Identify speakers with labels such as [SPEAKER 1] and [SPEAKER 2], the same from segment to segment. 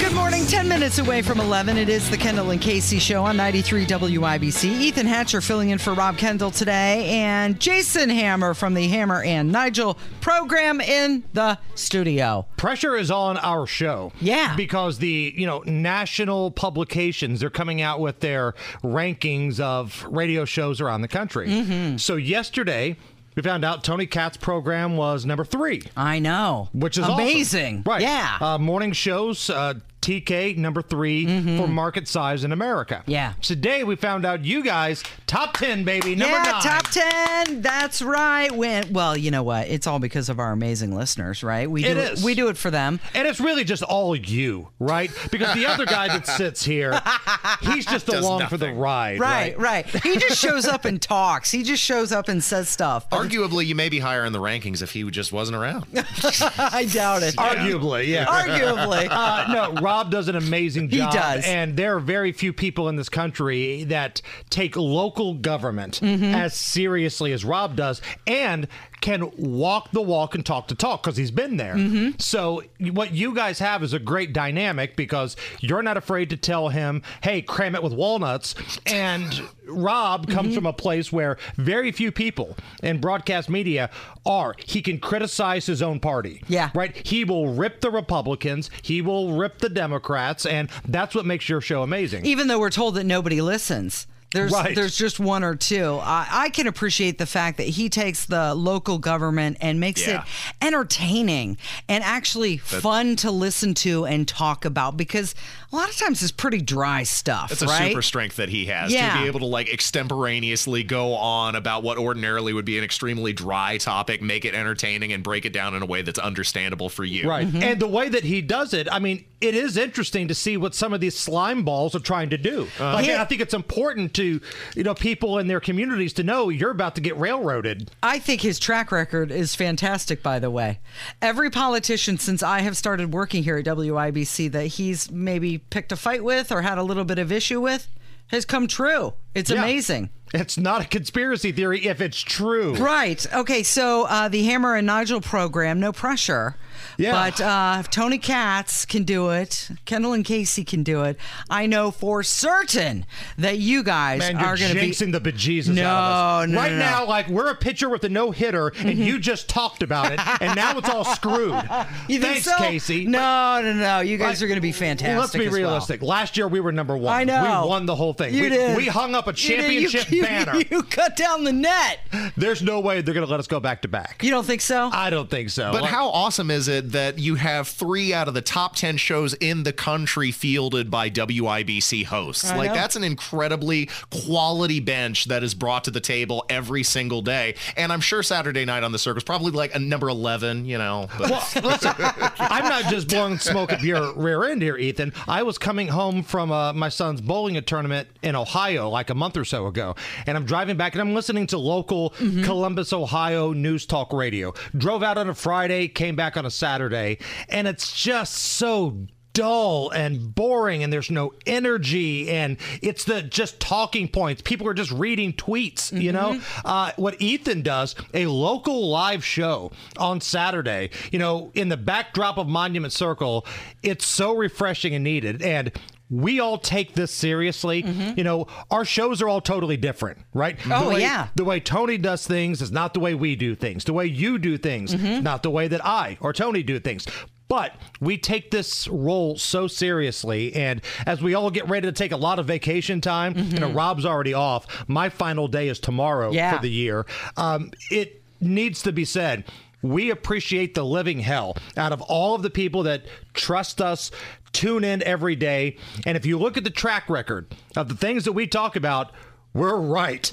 [SPEAKER 1] Good morning. 10 minutes away from 11. It is the Kendall and Casey show on 93 WIBC. Ethan Hatcher filling in for Rob Kendall today and Jason Hammer from the Hammer and Nigel program in the studio.
[SPEAKER 2] pressure is on our show.
[SPEAKER 1] Yeah.
[SPEAKER 2] Because the, you know, national publications, they're coming out with their rankings of radio shows around the country.
[SPEAKER 1] Mm-hmm.
[SPEAKER 2] So yesterday, we found out Tony Katz' program was number three,
[SPEAKER 1] I know.
[SPEAKER 2] which is awesome.
[SPEAKER 1] amazing.
[SPEAKER 2] Right.
[SPEAKER 1] Yeah.
[SPEAKER 2] Uh, morning shows, uh, TK number 3 for market size in America.
[SPEAKER 1] Mm-hmm. Yeah.
[SPEAKER 2] Today we found out you guys top 10, baby. Number
[SPEAKER 1] yeah,
[SPEAKER 2] nine.
[SPEAKER 1] top 10. That's right. When, well, you know what? It's all because of our amazing listeners, right? We do
[SPEAKER 2] It is.
[SPEAKER 1] we do it for them.
[SPEAKER 2] And it's really just all you, right? Because the other guy that sits here, he's just along for the ride.
[SPEAKER 1] Right, right. He just shows up and talks. He just shows up and says stuff.
[SPEAKER 3] Arguably, you may be higher in the rankings if he just wasn't around.
[SPEAKER 1] I doubt it.
[SPEAKER 2] Arguably, yeah.
[SPEAKER 1] Arguably.
[SPEAKER 2] uh, no, Rob does an amazing
[SPEAKER 1] He
[SPEAKER 2] job.
[SPEAKER 1] does.
[SPEAKER 2] And there are very few people in this country that take local government
[SPEAKER 1] Mm-hmm.
[SPEAKER 2] as seriously as Rob does and can walk the walk and talk the talk because he's been there.
[SPEAKER 1] Mm-hmm.
[SPEAKER 2] So, what you guys have is a great dynamic because you're not afraid to tell him, hey, cram it with walnuts. And Rob comes
[SPEAKER 1] Mm-hmm.
[SPEAKER 2] from a place where very few people in broadcast media are. He can criticize his own party.
[SPEAKER 1] Yeah.
[SPEAKER 2] Right? He will rip the Republicans, he will rip the Democrats, and that's what makes your show amazing.
[SPEAKER 1] even though we're told that nobody listens. There's
[SPEAKER 2] Right.
[SPEAKER 1] there's just one or two. I, I can appreciate the fact that he takes the local government and makes
[SPEAKER 3] Yeah.
[SPEAKER 1] it entertaining and actually fun to listen to and talk about because a lot of times it's pretty dry stuff.
[SPEAKER 3] That's a
[SPEAKER 1] right?
[SPEAKER 3] super strength that he has
[SPEAKER 1] Yeah.
[SPEAKER 3] to be able to like extemporaneously go on about what ordinarily would be an extremely dry topic, make it entertaining, and break it down in a way that's understandable for you.
[SPEAKER 2] Right. Mm-hmm. And the way that he does it, I mean, it is interesting to see what some of these slime balls are trying to do. like,
[SPEAKER 1] Uh-huh. Yeah.
[SPEAKER 2] I think it's important to, you know, people in their communities to know you're about to get railroaded.
[SPEAKER 1] I think his track record is fantastic, by the way. Every politician since I have started working here at WIBC that he's maybe picked a fight with or had a little bit of issue with has come true. It's
[SPEAKER 2] Yeah.
[SPEAKER 1] amazing.
[SPEAKER 2] It's not a conspiracy theory if it's true.
[SPEAKER 1] Right. Okay. So uh, the Hammer and Nigel program, no pressure.
[SPEAKER 2] Yeah.
[SPEAKER 1] But uh, if Tony Katz can do it, Kendall and Casey can do it. I know for certain that you guys
[SPEAKER 2] Man,
[SPEAKER 1] are
[SPEAKER 2] you're
[SPEAKER 1] going to be.
[SPEAKER 2] jinxing the bejesus
[SPEAKER 1] No,
[SPEAKER 2] out of us.
[SPEAKER 1] no, no,
[SPEAKER 2] right
[SPEAKER 1] Mm-hmm. no.
[SPEAKER 2] now, like we're a pitcher with a no hitter, and you just talked about it, and now it's all screwed.
[SPEAKER 1] You think
[SPEAKER 2] Thanks,
[SPEAKER 1] so?
[SPEAKER 2] Casey.
[SPEAKER 1] No, no, no. You guys
[SPEAKER 2] Like,
[SPEAKER 1] are going to be
[SPEAKER 2] well,
[SPEAKER 1] fantastic.
[SPEAKER 2] Let's
[SPEAKER 1] as
[SPEAKER 2] be
[SPEAKER 1] well.
[SPEAKER 2] realistic. Last year we were number one.
[SPEAKER 1] I know.
[SPEAKER 2] We won the whole thing.
[SPEAKER 1] You
[SPEAKER 2] we,
[SPEAKER 1] did.
[SPEAKER 2] we hung up a
[SPEAKER 1] You did- you-
[SPEAKER 2] championship
[SPEAKER 1] you-
[SPEAKER 2] banner.
[SPEAKER 1] You cut down the net.
[SPEAKER 2] There's no way they're going to let us go back to back.
[SPEAKER 1] You don't think so?
[SPEAKER 2] I don't think so.
[SPEAKER 3] But
[SPEAKER 2] Like,
[SPEAKER 3] how awesome is it that you have three out of the top 10 shows in the country fielded by WIBC hosts?
[SPEAKER 1] I
[SPEAKER 3] like,
[SPEAKER 1] know.
[SPEAKER 3] that's an incredibly quality bench that is brought to the table every single day. And I'm sure Saturday night on the circus, probably like a number 11, you know. But
[SPEAKER 2] Well, listen, I'm not just blowing smoke up your rear end here, Ethan. I was coming home from uh, my son's bowling a tournament in Ohio like a month or so ago, and I'm driving back and I'm listening to local
[SPEAKER 1] Mm-hmm.
[SPEAKER 2] Columbus, Ohio news talk radio. Drove out on a Friday, came back on a Saturday, and it's just so dull and boring and there's no energy and it's the just talking points people are just reading tweets you know
[SPEAKER 1] Mm-hmm.
[SPEAKER 2] uh, what ethan does a local live show on saturday you know in the backdrop of monument circle it's so refreshing and needed and we all take this seriously. You know, our shows are all totally different, right?
[SPEAKER 1] Mm-hmm. Oh,
[SPEAKER 2] the way,
[SPEAKER 1] yeah.
[SPEAKER 2] The way Tony does things is not the way we do things. The way you do things,
[SPEAKER 1] Mm-hmm.
[SPEAKER 2] not the way that I or Tony do things. But we take this role so seriously. And as we all get ready to take a lot of vacation time,
[SPEAKER 1] Mm-hmm.
[SPEAKER 2] you know, Rob's already off. My final day is tomorrow
[SPEAKER 1] Yeah.
[SPEAKER 2] for the year. Um, it needs to be said. We appreciate the living hell out of all of the people that trust us, tune in every day. And if you look at the track record of the things that we talk about, we're right.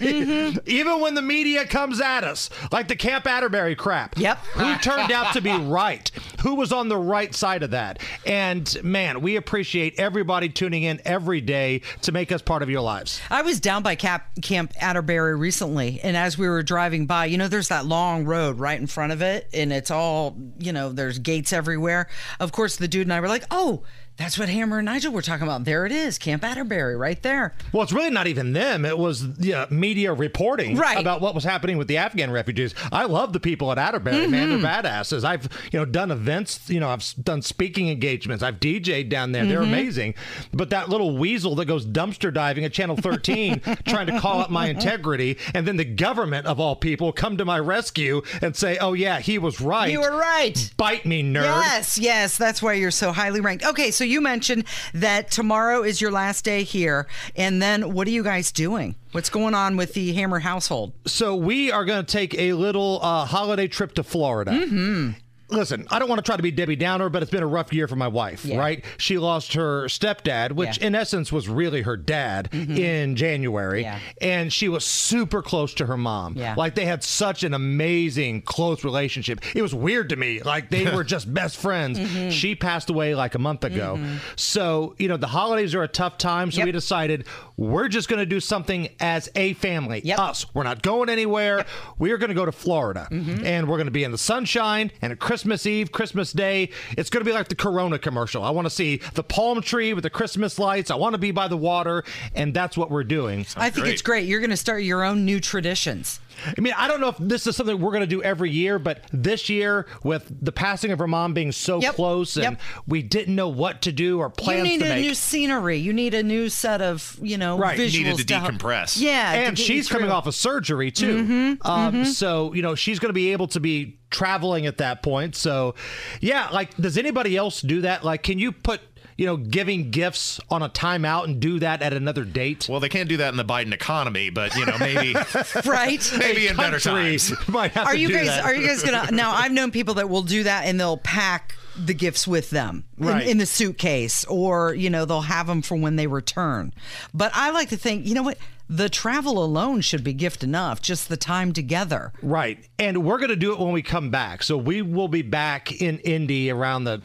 [SPEAKER 2] Even when the media comes at us, like the Camp Atterbury crap.
[SPEAKER 1] Yep.
[SPEAKER 2] Who turned out to be right? Who was on the right side of that? And man, we appreciate everybody tuning in every day to make us part of your lives.
[SPEAKER 1] I was down by Cap, Camp Atterbury recently, and as we were driving by, you know, there's that long road right in front of it, and it's all, you know, there's gates everywhere. Of course, the dude and I were like, oh, that's what Hammer and Nigel were talking about. There it is, Camp Atterbury, right there.
[SPEAKER 2] Well, it's really not even them. It was yeah, media reporting
[SPEAKER 1] Right.
[SPEAKER 2] about what was happening with the Afghan refugees. I love the people at Atterbury, man. They're
[SPEAKER 1] Mm-hmm.
[SPEAKER 2] badasses. I've you know done events. You know, I've s- done speaking engagements. I've DJ'd down there.
[SPEAKER 1] Mm-hmm.
[SPEAKER 2] They're amazing. But that little weasel that goes dumpster diving at Channel 13, trying to call out my integrity, and then the government of all people come to my rescue and say, "Oh yeah, he was right.
[SPEAKER 1] You were right.
[SPEAKER 2] Bite me, nerd."
[SPEAKER 1] Yes, yes, that's why you're so highly ranked. Okay, so you mentioned that tomorrow is your last day here, and then what are you guys doing? What's going on with the Hammer household?
[SPEAKER 2] So we are going to take a little uh, holiday trip to Florida.
[SPEAKER 1] Mm-hmm.
[SPEAKER 2] Listen, I don't want to try to be Debbie Downer, but it's been a rough year for my wife, right? She lost her stepdad, which
[SPEAKER 1] Yeah. Mm-hmm.
[SPEAKER 2] in essence was really her dad in January.
[SPEAKER 1] Yeah.
[SPEAKER 2] And she was super close to her mom.
[SPEAKER 1] Yeah.
[SPEAKER 2] Like they had such an amazing, close relationship. It was weird to me. Like they were just best friends.
[SPEAKER 1] Mm-hmm.
[SPEAKER 2] She passed away like a month ago. So, you know, the holidays are a tough time. So
[SPEAKER 1] Yep.
[SPEAKER 2] we decided we're just going to do something as a family, Uh,
[SPEAKER 1] Yep.
[SPEAKER 2] us. We're not going anywhere. We are going to go to Florida
[SPEAKER 1] Mm-hmm.
[SPEAKER 2] and we're going to be in the sunshine and at Christmas Eve, Christmas Day. It's going to be like the Corona commercial. I want to see the palm tree with the Christmas lights. I want to be by the water. And that's what we're doing.
[SPEAKER 1] I think it's great. You're going to start your own new traditions.
[SPEAKER 2] I mean, I don't know if this is something we're going to do every year, but this year with the passing of her mom being so
[SPEAKER 1] Yep.
[SPEAKER 2] close and
[SPEAKER 1] Yep.
[SPEAKER 2] we didn't know what to do or
[SPEAKER 1] You
[SPEAKER 2] plans
[SPEAKER 1] need
[SPEAKER 2] to
[SPEAKER 1] a
[SPEAKER 2] make.
[SPEAKER 1] new scenery. You need a new set of, you know,
[SPEAKER 2] Right,
[SPEAKER 1] visuals
[SPEAKER 3] needed to
[SPEAKER 1] help-
[SPEAKER 3] decompress.
[SPEAKER 1] Yeah, to
[SPEAKER 2] and
[SPEAKER 1] get you
[SPEAKER 2] she's coming
[SPEAKER 1] through. Mm-hmm,
[SPEAKER 2] off of surgery too. Um, So you know she's going to be able to be traveling at that point. So yeah, like does anybody else do that? Like, can you put you know giving gifts on a timeout and do that at another date?
[SPEAKER 3] Well, they can't do that in the Biden economy, but you know, maybe
[SPEAKER 1] right.
[SPEAKER 3] maybe in better
[SPEAKER 2] Country
[SPEAKER 3] times.
[SPEAKER 2] might have
[SPEAKER 1] Are
[SPEAKER 2] to
[SPEAKER 1] you
[SPEAKER 2] do
[SPEAKER 1] guys?
[SPEAKER 2] that.
[SPEAKER 1] Are you guys gonna? Now I've known people that will do that, and they'll pack the gifts with them in-
[SPEAKER 2] Right.
[SPEAKER 1] in, the suitcase, or you know they'll have them for when they return. But I like to think, you know what? The travel alone should be gift enough. Just the time together.
[SPEAKER 2] Right. And we're going to do it when we come back. So we will be back in Indy around the